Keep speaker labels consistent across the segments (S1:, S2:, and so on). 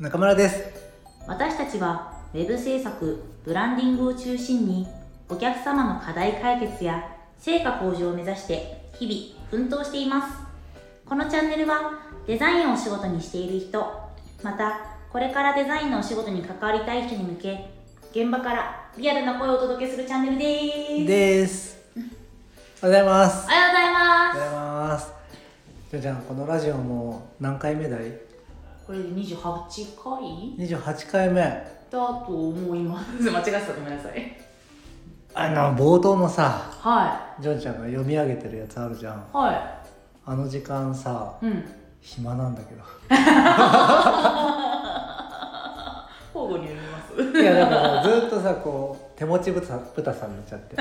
S1: 中村です
S2: 私たちは Web 制作、ブランディングを中心にお客様の課題解決や成果向上を目指して日々奮闘していますこのチャンネルはデザインをお仕事にしている人またこれからデザインのお仕事に関わりたい人に向け現場からリアルな声をお届けするチャンネルです
S1: ですおはようございま
S2: お
S1: す
S2: はようござい
S1: おは
S2: ます
S1: ようございますじゃあじゃんこのラジオも何回目だい
S2: これで28回
S1: 28回目
S2: だと思います 間違ってたごめんなさい
S1: あの冒頭のさ
S2: は
S1: ジョンちゃんが読み上げてるやつあるじゃん
S2: いは
S1: あの時間さ
S2: いうん
S1: 暇なんだけど
S2: 交互に読みます
S1: いやだからずっとさこう手持ちぶたぶたさんになっちゃって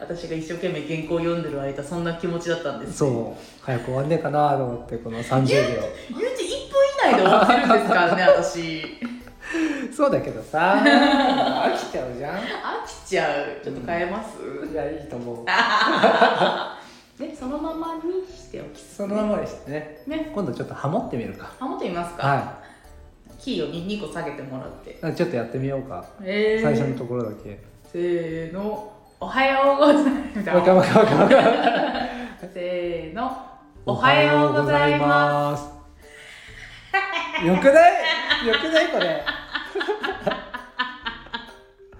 S2: 私が一生懸命原稿を読んでる間そんな気持ちだったんですね
S1: そう早く終わんねえかなと思ってこの30秒
S2: ゆうち1分以内で終わってるんですから ね私
S1: そうだけどさ飽きちゃうじゃん
S2: 飽きちゃうちょっと変えます、
S1: いやいいと思う
S2: ねそのままにしておき
S1: そのままにしてね
S2: ね
S1: 今度ちょっとハモってみるか
S2: ハモってみますか、
S1: は
S2: キーを 2, 個下げてもらって
S1: いちょっとやってみようか
S2: えー、
S1: 最初のところだけ
S2: せーのおはようございます
S1: わかわかわかわか
S2: せーのおはようございます
S1: よくないよくないこれ
S2: す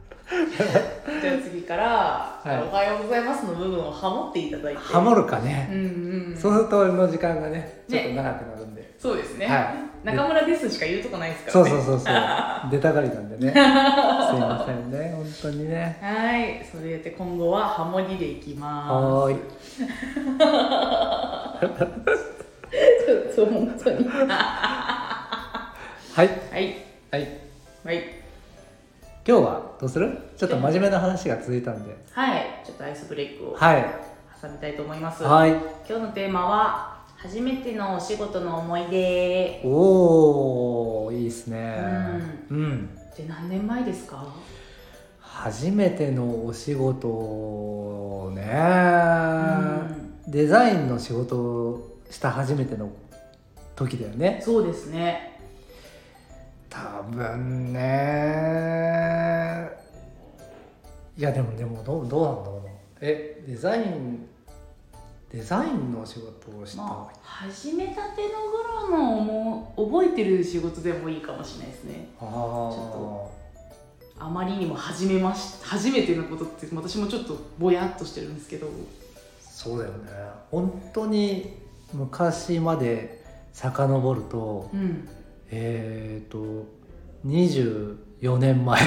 S2: じゃあ次から、
S1: はい
S2: おはようございますの部分をハモっていただいて
S1: ハモるか
S2: う
S1: ね
S2: んうん
S1: そうすると俺の時間がねちょっと
S2: ね
S1: 長くなるんで
S2: そうですね、
S1: はい
S2: 中村ですしか言うとこないですか
S1: そ
S2: ら
S1: う
S2: ね
S1: そうそうそう出たがりなんで ねすいませんね本当にね
S2: はい、それで今後はハモリでいき ま
S1: はーい
S2: す。ちょっと本当に。
S1: はい
S2: はい、は
S1: はい
S2: い、
S1: 今日はどうするちょっと真面目な話が続いたんで
S2: はい、ちょっとアイスブレイクを
S1: はい
S2: 挟みたいと思います。
S1: はい
S2: 今日のテーマは初めてのお仕事の思い出。
S1: おおいいですねうん
S2: で何年前ですか？
S1: 初めてのお仕事ね、
S2: ん
S1: デザインの仕事をした初めての時だよね
S2: そうですね。
S1: 多分ねいやでもでもどうどうなんだろうなえデザインデザインの仕事をした、
S2: まあ始めたての頃の思う覚えてる仕事でもいいかもしれないですね。
S1: あ
S2: ょ
S1: ー
S2: あまりにも初めまし初めてのことって私もちょっとぼやっとしてるんですけど。
S1: そうだよね本当に昔まで遡ると、
S2: うん。
S1: えー、と24年前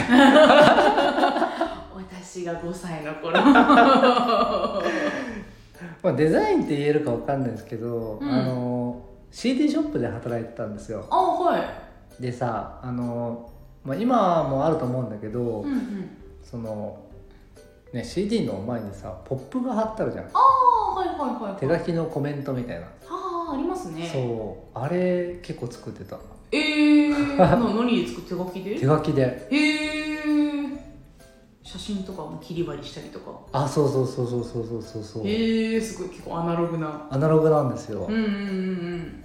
S2: 私が5歳の頃 は
S1: まあデザインって言えるかわかんないですけど、
S2: うん
S1: あの CD ショップで働いてたんですよ
S2: あはい
S1: でさあの、まあ、今もあると思うんだけど、
S2: うんうん
S1: その、ね、CD の前にさポップが貼ってあるじゃん
S2: ああはいはいはいはい
S1: 手書きのコメントみたいな、
S2: ああありますね
S1: そうあれ結構作ってた
S2: ええー、な何で作る手書き
S1: 手
S2: で
S1: 書きで
S2: ええー、写真とかも切り貼りしたりとか
S1: あそうそうそうそうそうそうそうそう、
S2: ええー、すごい結構アナログな
S1: アナログなんですよ、
S2: うんうんうん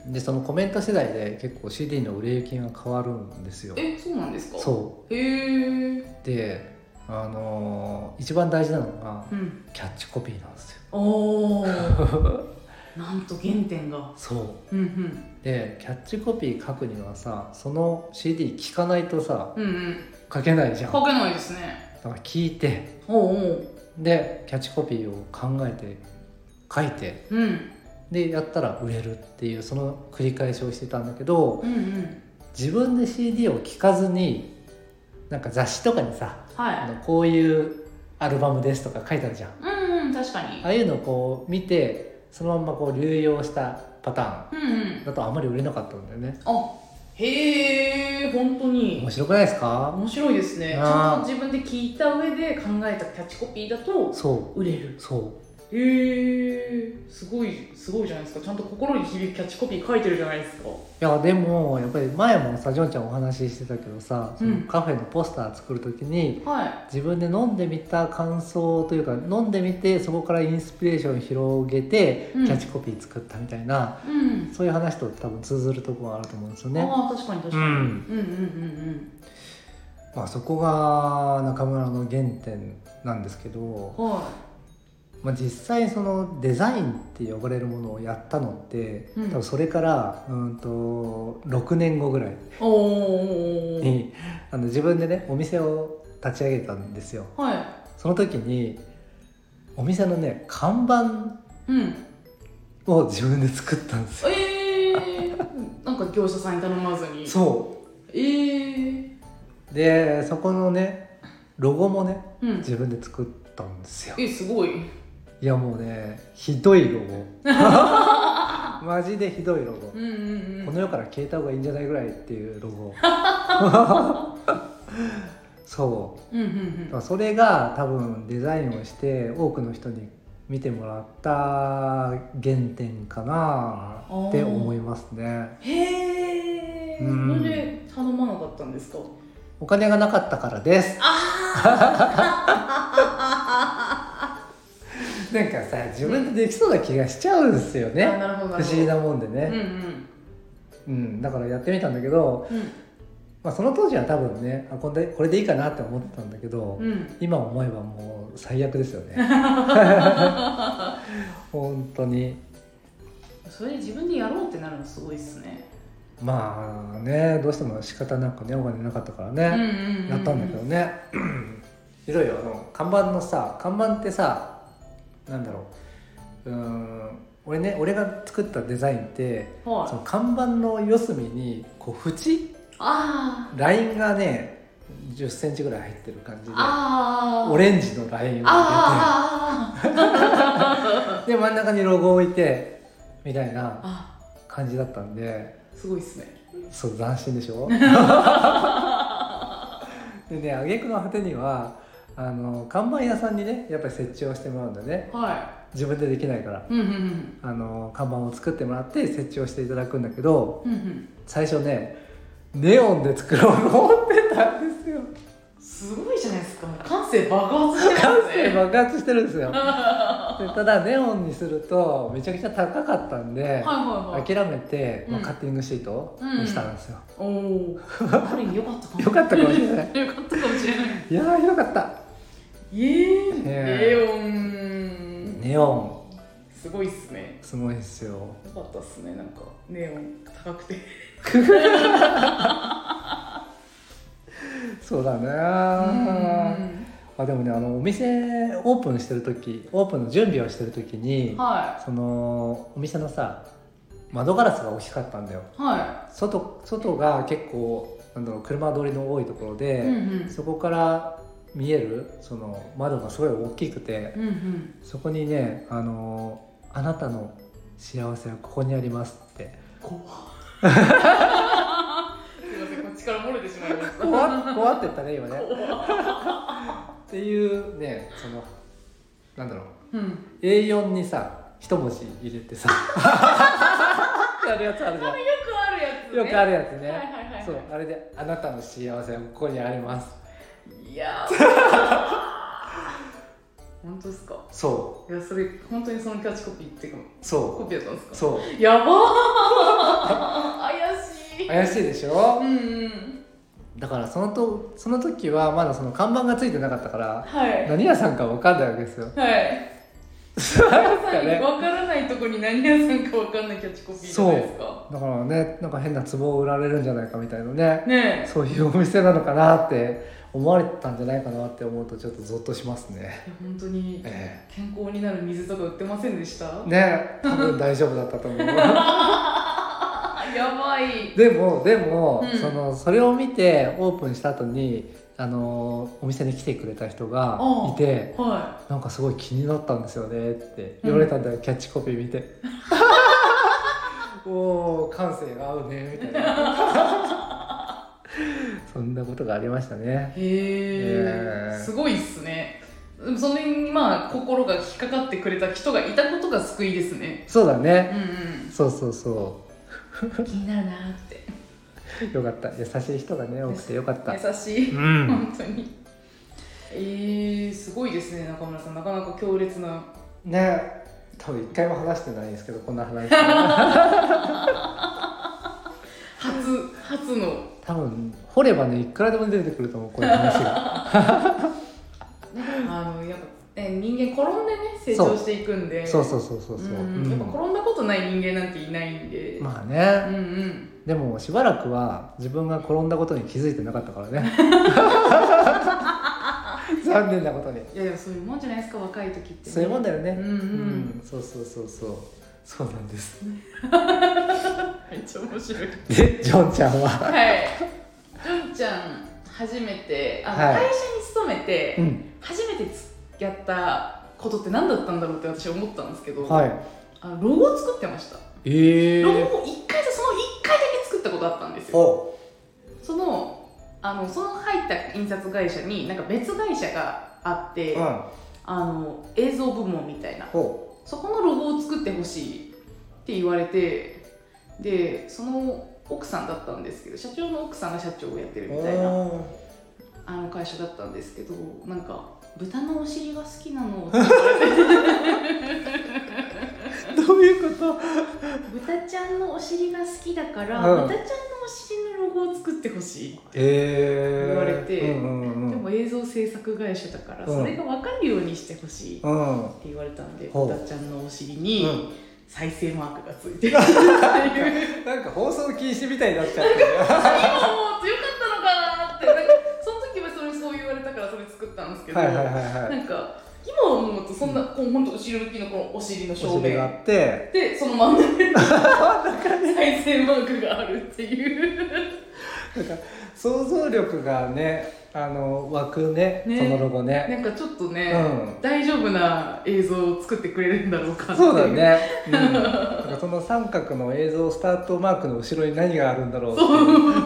S1: でそのコメント次第で結構 CD の売れ行きが変わるんですよ
S2: うんえそうなんですかう
S1: そう
S2: へえー、
S1: で、あのー一番大事なのが
S2: うん
S1: キャッチコピーなんですよ。
S2: おお なんと原点が
S1: そ
S2: う
S1: う
S2: ん
S1: でキャッチコピー書くにはさその CD 聞かないとさ
S2: うんうんうん
S1: 書けないじゃんだ
S2: 書
S1: か
S2: けないですね
S1: ら聞いて
S2: おうおう
S1: でキャッチコピーを考えて書いて
S2: うん
S1: でやったら売れるっていうその繰り返しをしてたんだけど
S2: うんうん
S1: 自分で CD を聞かずになんか雑誌とかにさあ
S2: は
S1: のこういうアルバムですとか書いてあるじゃん
S2: い。うんうん、確かに
S1: あ。あいうのをこう見てそのまんまこう流用したパター
S2: う
S1: ン
S2: んうん。
S1: だとあまり売れなかったんだよね
S2: あ、へえ、本当に
S1: 面。白くないですか
S2: 面白いですね。ち
S1: あ
S2: ゃ
S1: ー
S2: んと自分で聞いた上で考えたキャッチコピーだと
S1: そ
S2: 売れる。
S1: うそう
S2: へえすごいすごいじゃないですかちゃんと心に響くキャッチコピー書いてるじゃないですか
S1: いやでもやっぱり前もさジョンちゃんお話ししてたけどさ、そ
S2: うん
S1: のカフェのポスター作る時に
S2: は
S1: 自分で飲んでみた感想というか飲んでみてそこからインスピレーションを広げて
S2: うん
S1: キャッチコピー作ったみたいな、
S2: いうん、
S1: そういう話と多分通ずるところがあると思うんですよね。
S2: ああ確かに確かに、
S1: うん
S2: うんうんうん
S1: まあ、そこが中村の原点なんですけど、
S2: うんは
S1: まあ、実際そのデザインって呼ばれるものをやったのって、
S2: うん
S1: 多分それからうんと6年後ぐらい
S2: いおおー
S1: に、あの自分でねお店を立ち上げたんですよ
S2: は
S1: その時にお店のね看板
S2: いうん
S1: を自分で作ったんですよ
S2: ええ ー、なんか業者さんに頼まずに
S1: そ
S2: ええ
S1: うでそこのねロゴもね
S2: ー、うん
S1: 自分で作ったんですよ
S2: えすごい
S1: いやもうねひどいロ ゴマジでひどいロゴ
S2: うんうんうん
S1: この世から消えた方がいいんじゃないぐらいっていうロゴそ
S2: うんうん
S1: うまあそれが多分デザインをして多くの人に見てもらった原点かなって思いますね
S2: うんへえ
S1: うん
S2: それで頼まなかったんですか
S1: お金がなかったからです なんかさ自分でできそうな気がしちゃうんですよ
S2: あ
S1: ね
S2: なるほどなるほど
S1: 不思議なもんで
S2: うん
S1: ね、
S2: うん
S1: うん、だからやってみたんだけど、まあ、その当時は多分ねあこれでこれでいいかなって思ってたんだけど、
S2: うん うん
S1: 今思えばもう最悪ですよね 本当に
S2: それで自分でやろうってなるのすごいっすね
S1: まあねどうしても仕方なくねお金なかったから
S2: うんう
S1: ね、
S2: んうん
S1: やったんだけどねひどいよあの看板のさ看板ってさなんだろううーん俺ね俺が作ったデザインって
S2: はい
S1: その看板の四隅にこう縁
S2: あ
S1: ラインがね1 0ンチぐらい入ってる感じ
S2: ー
S1: で
S2: あー
S1: オレンジのラインを入れて
S2: あーあーあー
S1: で真ん中にロゴを置いてみたいな
S2: あ
S1: 感じだったんで
S2: ーすごいっすね
S1: そう斬新で しょでね挙句の果てにはあの看板屋さんにねやっぱり設置をしてもらうんだね
S2: は
S1: 自分でできないから
S2: いうんうん
S1: あの看板を作ってもらって設置をしていただくんだけど
S2: うんうんうん
S1: 最初ねネオンで作ろうと思ってたん ですよ
S2: すごいじゃないですか感性爆発して
S1: 感
S2: ます
S1: 性
S2: ね
S1: 爆発してるんです よでただネオンにするとめちゃくちゃ高かったんで
S2: はいはいはい
S1: 諦めて、まあ
S2: うん
S1: カッティングシートにしたんですよ、
S2: おおーある意味良かったかも
S1: よかったかもしれない
S2: 良かったかもしれない
S1: いやーよかった
S2: え
S1: ね
S2: えレオン
S1: ネオ
S2: すごいっすね
S1: ンすごいですよ
S2: よかったっすねなんかネオン高くて
S1: そうだ
S2: う
S1: ね
S2: ん
S1: あでもねあのお店オープンしてる時オープンの準備をしてる時に
S2: は
S1: そのお店のさ窓ガラスが大きかったんだよ
S2: いは
S1: 外外が結構なんだろう車通りの多いところ
S2: い
S1: で
S2: うん、うん
S1: そこから見えるその窓がすごい大きくて
S2: うんうん
S1: そこにねあのあなたの幸せはここにありますって
S2: 怖っすいませんこっちから漏れてしまいました
S1: 怖っ怖って言ったね今ねっていうねそのなんだろう
S2: うん、
S1: A4 にさ一文字入れてさやるやつあるじ
S2: よく
S1: ゃ
S2: あるやつ、
S1: ん
S2: ね、
S1: よくあるやつ
S2: はい
S1: ね
S2: はいはいはい
S1: そうあれで「あなたの幸せはここにあります
S2: いやー 本当ですか」
S1: そ
S2: いやそれ本当にそのキャッチコピーっていうか
S1: うそ
S2: コピーだったんです
S1: う
S2: か
S1: そう
S2: やばー怪しい
S1: 怪しいでしょ
S2: うんうん
S1: だからそのとその時はまだその看板がついてなかったから
S2: はい
S1: 何屋さんか分かんないわけですよ
S2: はい
S1: そう
S2: 皆
S1: か
S2: さんに
S1: ね
S2: 分からないとこに何屋さんか分かんないキャッチコピーじゃないですか
S1: だからねなんか変な壺を売られるんじゃないかみたいなね
S2: ね
S1: そういうお店なのかなって思われたんじゃないかなって思うとちょっとゾッとしますね。
S2: えいや本当に
S1: え
S2: 健康になる水とか売ってませんでした、
S1: え、ね多分大丈夫だったと 思う。
S2: あやばい
S1: でもでも、
S2: うん
S1: そのそれを見てオープンした後にあのお店に来てくれた人が
S2: おう
S1: いて
S2: は
S1: なんかすごい気になったんですよねって言われたんだよ、キャッチコピー見 て。おお感性が合うねみたいな。 そんなことがありましたね。
S2: いへえ
S1: えー
S2: すごいっすねうんそれにまあ心が引っかかってくれた人がいたことが救いですね
S1: そうだ
S2: う
S1: ね、
S2: ん
S1: そうそうそ
S2: うん気になるなーって
S1: うよかった優しい人がね多くてよかった
S2: 優し
S1: う
S2: い、
S1: ん
S2: 本当にえー、すごいですね中村さんなかなか強烈な
S1: ね多分一回も話してないんですけどこんな話 多
S2: 初初の
S1: 分掘ればねいくらでも出てくると思うこういう話が
S2: あのやっぱ、ね、人間転んでね成長していくんで
S1: そうそうそうそうそう、
S2: んんやっぱ転んだことない人間なんていないんで、
S1: うんまあ
S2: う
S1: ね
S2: んうん
S1: でもしばらくは自分が転んだことに気づいてなかったから ね残念なことに
S2: いやでもそういうもんじゃないですか若い時ってね、
S1: そういうもんだよね
S2: うんうん
S1: うんそうそうそうそうそうなんです
S2: めっちゃ面白い
S1: でジョンちゃんは
S2: はい。ジョンちゃん初めてあの、
S1: はい
S2: 会社に勤めて、
S1: うん
S2: 初めてつやったことって何だったんだろうって私思ったんですけど、
S1: はい
S2: あのロゴを作ってました。
S1: ええ
S2: ロゴを一回とその一回だけ作ったことあったんですよ。
S1: お
S2: そのあのその入った印刷会社になんか別会社があって、
S1: うん
S2: あの映像部門みたいな
S1: ほ
S2: そこのロゴを作ってほしいって言われてでその奥さんだったんですけど社長の奥さんが社長をやって
S1: う
S2: るみ
S1: み
S2: た
S1: た
S2: い
S1: い
S2: な
S1: な
S2: あの会社だったんですけどなんか豚のお尻が好きなの って言われて
S1: どういうこ
S2: 豚ちゃんのお尻が好きだから、
S1: うん
S2: 豚ちゃんのお尻のロゴを作ってほしいって
S1: とええ
S2: 言われて
S1: うんうんうん
S2: でも映像制作会社だから
S1: うん
S2: それが分かるようにしてほしいって
S1: うんうん
S2: 言われたんで、
S1: ほう
S2: 豚ちゃんのお尻に再生マークがつ いてるっていう
S1: なんか放送禁止みたいになっちゃって
S2: 今もう強かったのかなってなんかその時はそれそう言われたからそれ作ったんですけ
S1: る
S2: ど、
S1: はいはいはいは
S2: ないんか今思うとそんな、こうほんと後ろ向きのこのお尻の正
S1: お尻
S2: 面
S1: があって
S2: でその真ん中 に再生マークがあるって いう
S1: 想像力がねあの湧くね
S2: ね
S1: そのロゴね
S2: なんかちょっとね、
S1: う
S2: 大丈夫な映像を作ってくれるんだろうかってい
S1: そうだね、 うん、なんかその三角の映像スタートマークの後ろに何があるんだろうっ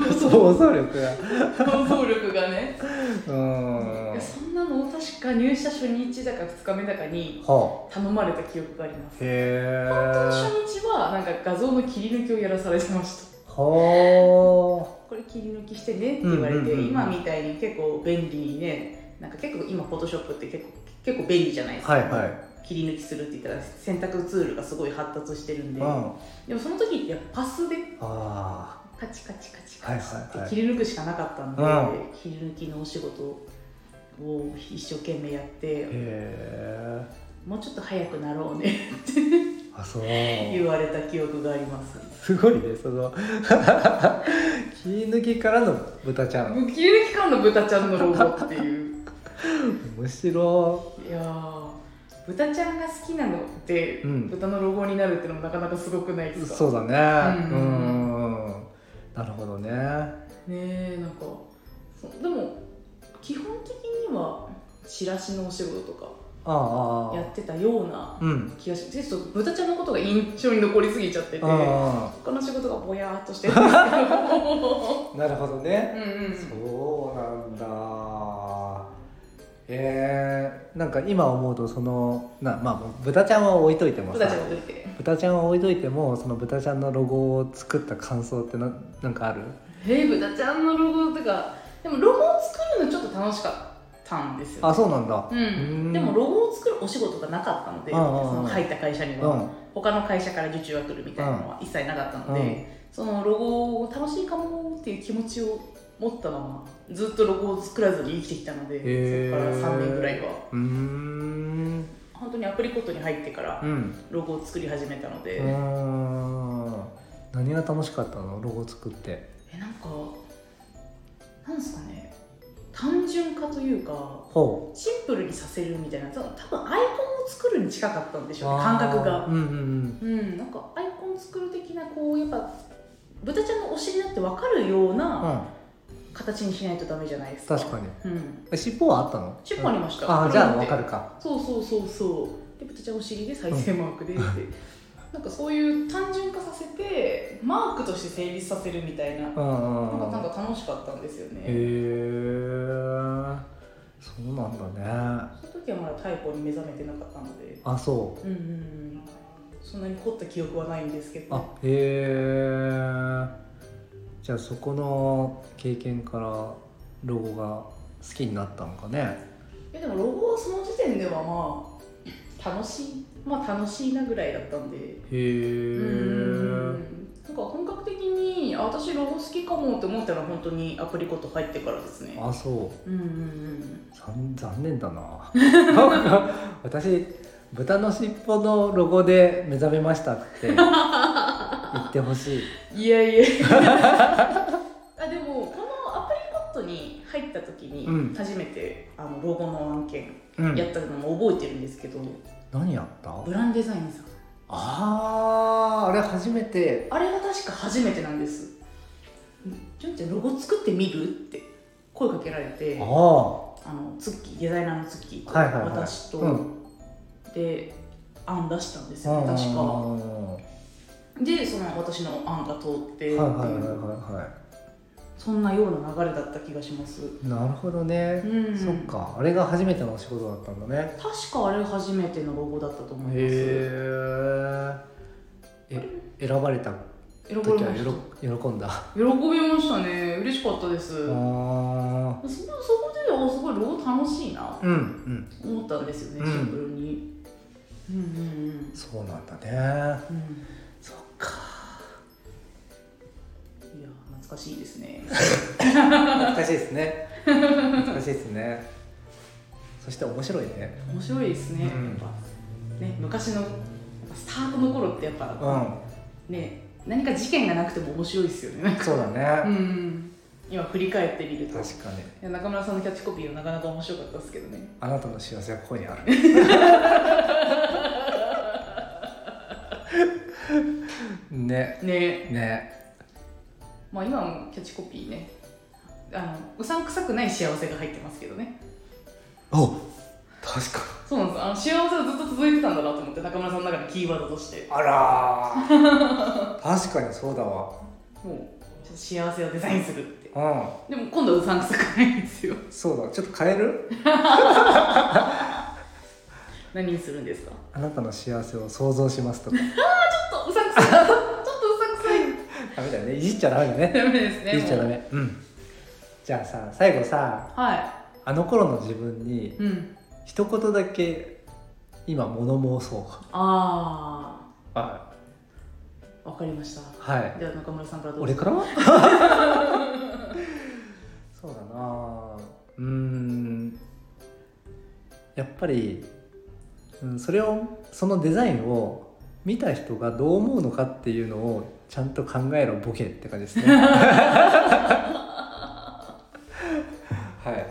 S1: ていう想像力が
S2: 想像力がね、
S1: うん
S2: いやそんなのを確か入社初日だか2日目だかに
S1: は
S2: 頼まれた記憶があります
S1: あへえ
S2: 初日はなんか画像の切り抜きをやらされてました
S1: は
S2: これ切り抜きしてねって言われて、
S1: うんうんうんうん
S2: 今みたいに結構便利にねなんか結構今フォトショップって結構結構便利じゃないです
S1: あ
S2: か、
S1: はいはい
S2: 切り抜きするって言ったら選択ツールがすごい発達してるん
S1: う
S2: で、
S1: んあ
S2: でもその時ってやっぱパスで
S1: あ
S2: カチカチカチカチ
S1: はいはいは
S2: っ
S1: い
S2: て切り抜くしかなかったんで、
S1: う
S2: 切り抜きのお仕事を一生懸命やって
S1: へえ
S2: もうちょっと早くなろうね
S1: あそう
S2: 言われた記憶があります
S1: すごいねその 切り抜きからの豚ちゃん
S2: 切り抜き間の豚ちゃんのロゴっていう
S1: 面白
S2: いやー豚ちゃんが好きなのって、
S1: うん
S2: 豚のロゴになるってのもなかなかすごくないで
S1: い
S2: すか
S1: そうだね
S2: う
S1: うんんなるほどね
S2: ねえなんかそうでも基本的にはチラシのお仕事とか
S1: あああ
S2: や
S1: あ
S2: ってたような
S1: うん
S2: 気がしちょっと豚ちゃんのことが印象に残りすぎちゃってて他
S1: あ
S2: の仕事がぼやーっとしてるんですけど
S1: あなるほどね
S2: うんうん
S1: そうなんだえー、なんか今思うとそのなまあ豚ちゃんは置いといてもさ
S2: 豚ちゃんが出て
S1: 豚ちゃんは置いといてもその豚ちゃんのロゴを作った感想ってななんかある
S2: えー豚ちゃんのロゴとかでもロゴを作るのちょっと楽しかったんですよ
S1: あそうなんだ
S2: う
S1: うん
S2: ん、でもロゴを作るお仕事がなかったので、
S1: うんうんうん
S2: その入った会社に
S1: う
S2: は、
S1: ん
S2: 他の会社から受注が来るみたいなのは一切なかったので、
S1: うん
S2: そのロゴを楽しいかもっていう気持ちを持ったままずっとロゴを作らずに生きてきたので
S1: へ
S2: そこ
S1: ー
S2: から3年ぐらいは
S1: うーん
S2: 本当にアプリコットに入ってから
S1: うん
S2: ロゴを作り始めたので、
S1: うーん何が楽しかったのロゴ作って
S2: えなんかなんですかね単純化というか
S1: ほ
S2: シンプルにさせるみたいな多分多分アイコンを作るに近かったんでし
S1: う
S2: ょうね感覚が
S1: あーうんうん
S2: うん、なんかアイコン作る的なこうやっぱ豚ちゃんのお尻だって分かるよう
S1: うんう
S2: なん形にしないとダメじゃないですか
S1: 確かに
S2: に、うん、
S1: え尻尾はあったの
S2: 尻尾ありました
S1: あーじゃあ
S2: わ
S1: わかるか
S2: そうそうそうそうで豚ちゃんお尻で再生マークでって、なんかそういう単純化させてマークとして成立させるみたいななん
S1: うんうんう
S2: か
S1: ん
S2: なんか楽しかったんですよね、
S1: へえそうなんだね
S3: その時はまだ太鼓に目覚めてなかったので
S1: あそ
S3: うんうんうんそんなに凝った記憶はないんですけ
S1: うあ
S3: ど
S1: へえじゃあそこの経験からロゴが好きになったのかね
S2: いやでもロゴはその時点ではまあ楽しいまあ楽しいなぐらいだったんで
S1: へえ
S2: うんなんか本格的にあ私ロゴ好きかもって思ったのは本当にアプリコット入ってからですね
S1: あそう
S2: うんうんうん
S1: 残残念だな なんか私豚の尻尾のロゴで目覚めましたって言ってほしい
S2: いや いやあでもこのアプリコットに入った時
S1: うん
S2: に初めて、あのロゴの案件
S1: うん
S2: やったのも覚えてるんですけど、
S1: 何やった
S2: ブランデザインさん
S1: あーあれ初めて
S2: あれが確か初めてなんです「純ちゃんロゴ作ってみる?」って声かけられて
S1: ああ
S2: あのツッキーデザイナーのツッキーと、
S1: はいはいはい
S2: 私と、
S1: う
S2: で案出したんですよ確か
S1: は
S2: でその私の案が通ってってい、
S1: いうはいはいはいは
S2: そんなような流れだった気がします
S1: いなるほど
S2: う
S1: ね、
S2: ん
S1: そっかあれが初めてのお仕事だったんだね
S2: 確かあれ初めてのロゴだったと思います
S1: へええ選ばれた
S2: 喜び
S1: 時は
S2: まし
S1: よ
S2: た
S1: ろ喜んだあ
S2: 喜びましたね嬉しかったですその
S1: あ
S2: そこであすごいロゴ楽しいな
S1: うんうん
S2: 思ったんですよね、
S1: うん
S2: シンプルに。うんうん
S1: そうなんだね
S2: うん。うん
S1: そっか
S2: いや懐かしいですね。
S1: 懐かしいですね懐かしいですねそして面白いね
S2: 面白いですね。
S1: うん
S2: やっぱね昔のスタートの頃ってやっ
S1: う
S2: ぱ、
S1: ん
S2: ね何か事件がなくても面白いですよね。
S1: そうだ
S2: う
S1: ね、
S2: ん。今振り返ってみると。い
S1: 確かに
S2: や中村さんのキャッチコピーはなかなか面白かったですけどね。
S1: あなたの幸せはここに あるね
S2: ね。
S1: ね
S2: まあ今もキャッチコピーね。あのうさんくさくない幸せが入ってますけどね。
S1: お確か
S2: そうなんです。あの幸せはずっと続いてたんだなと思って中村さんの中のキーワードとして。
S1: にあらー 確かにそうだわ
S2: もうちょっと幸せをデザインするって
S1: う
S2: でも今度はうさんくさくないんですよ
S1: んそうだちょっと変える
S2: 何にするんですかち
S1: あなたの幸せを想像しますとか
S2: ょっとうさんくさいちょっとうさんくさい
S1: ダメだよねいじっちゃダメだね
S2: ダメですね
S1: いじっちゃダ
S2: もう
S1: メうんじゃあさ最後さ
S2: は
S1: あの頃の自分に
S2: いうん
S1: 一言だけ今物申そう
S2: あ
S1: は
S2: あわかりました
S1: いはい
S2: では中村さんからどう
S1: 俺
S2: ぞ
S1: から そうだなうーんやっぱり、うん、それをそのデザインを見た人がどう思うのかっていうのをちゃんと考えろボケって感じです ねはい
S2: はい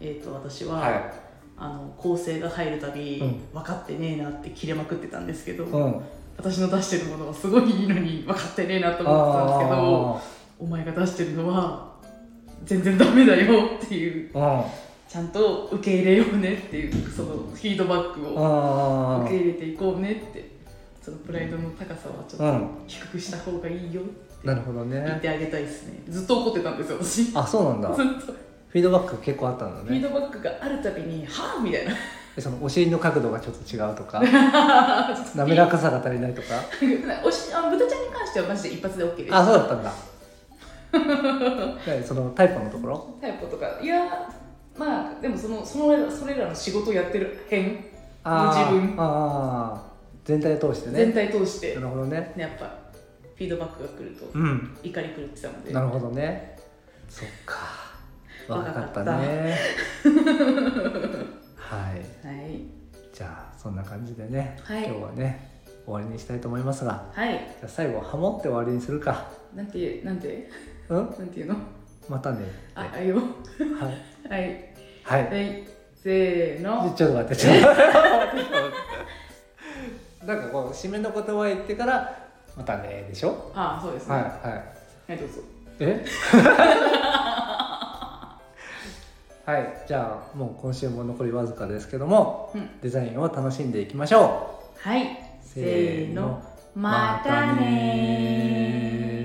S2: えー、と私は、
S1: は
S2: あの構成が入るたび、
S1: うん
S2: 分かってねえなって切れまくってたんですけど、
S1: いうん
S2: 私の出してるものはすごいいいのに分かってねえなと思ってたんですけど
S1: あ
S2: お前が出してるのは全然ダメだよっていう
S1: ーうん
S2: ちゃんと受け入れようねっていうそのフィードバックを
S1: あ
S2: 受け
S1: ー
S2: 入れていこうねってそのプライドの高さはちょ
S1: う
S2: っと
S1: ん
S2: 低くした方がいいよって
S1: なるほど
S2: 言っ
S1: ね
S2: てあげたいですねずっと怒ってたんですよ私ずっ
S1: あそうなんだ
S2: と
S1: フ
S2: フ
S1: ィードバック結構あったんだ
S2: ィー
S1: ね
S2: ドバックがあるたびに「はあ?」みたいな
S1: えそのお尻の角度がちょっと違うと か
S2: ちょっと
S1: 滑らかさが足りないとか
S2: おしあ豚ちゃんに関してはマジで一発で OK です
S1: あそうだったんだでそのタイプのところ
S2: タイプとかいやまあでもそのそのそれらの仕事をやってる辺、
S1: あー
S2: 自分
S1: あー全体を通して
S2: 全
S1: ね
S2: 体通して、
S1: な
S2: ね、
S1: るほどね
S2: やっぱフィードバックが来ると
S1: うん
S2: 怒り狂ってたので
S1: なるほどねそっか若かったね はい
S2: はい
S1: じゃあそんな感じでね、
S2: はい
S1: 今日はね終わりにしたいと思いますが
S2: はい
S1: じゃあ最後ハモって終わりにするか
S2: なんてなんて
S1: うん
S2: なんていうの
S1: またね
S2: あ
S1: は
S2: あいよ
S1: い、
S2: はい
S1: はい
S2: はいせーの
S1: ちょっと待って、ちょっと待って。 なんかこう、締めの言葉言ってから、またねでしょ
S2: あそうですね
S1: はい、
S2: は
S1: はい。
S2: い、どうぞ
S1: え はい、じゃあ、もう今週も残りわずかですけども、
S2: うん
S1: デザインを楽しんでいきましょ。
S2: はいうせーのまたねー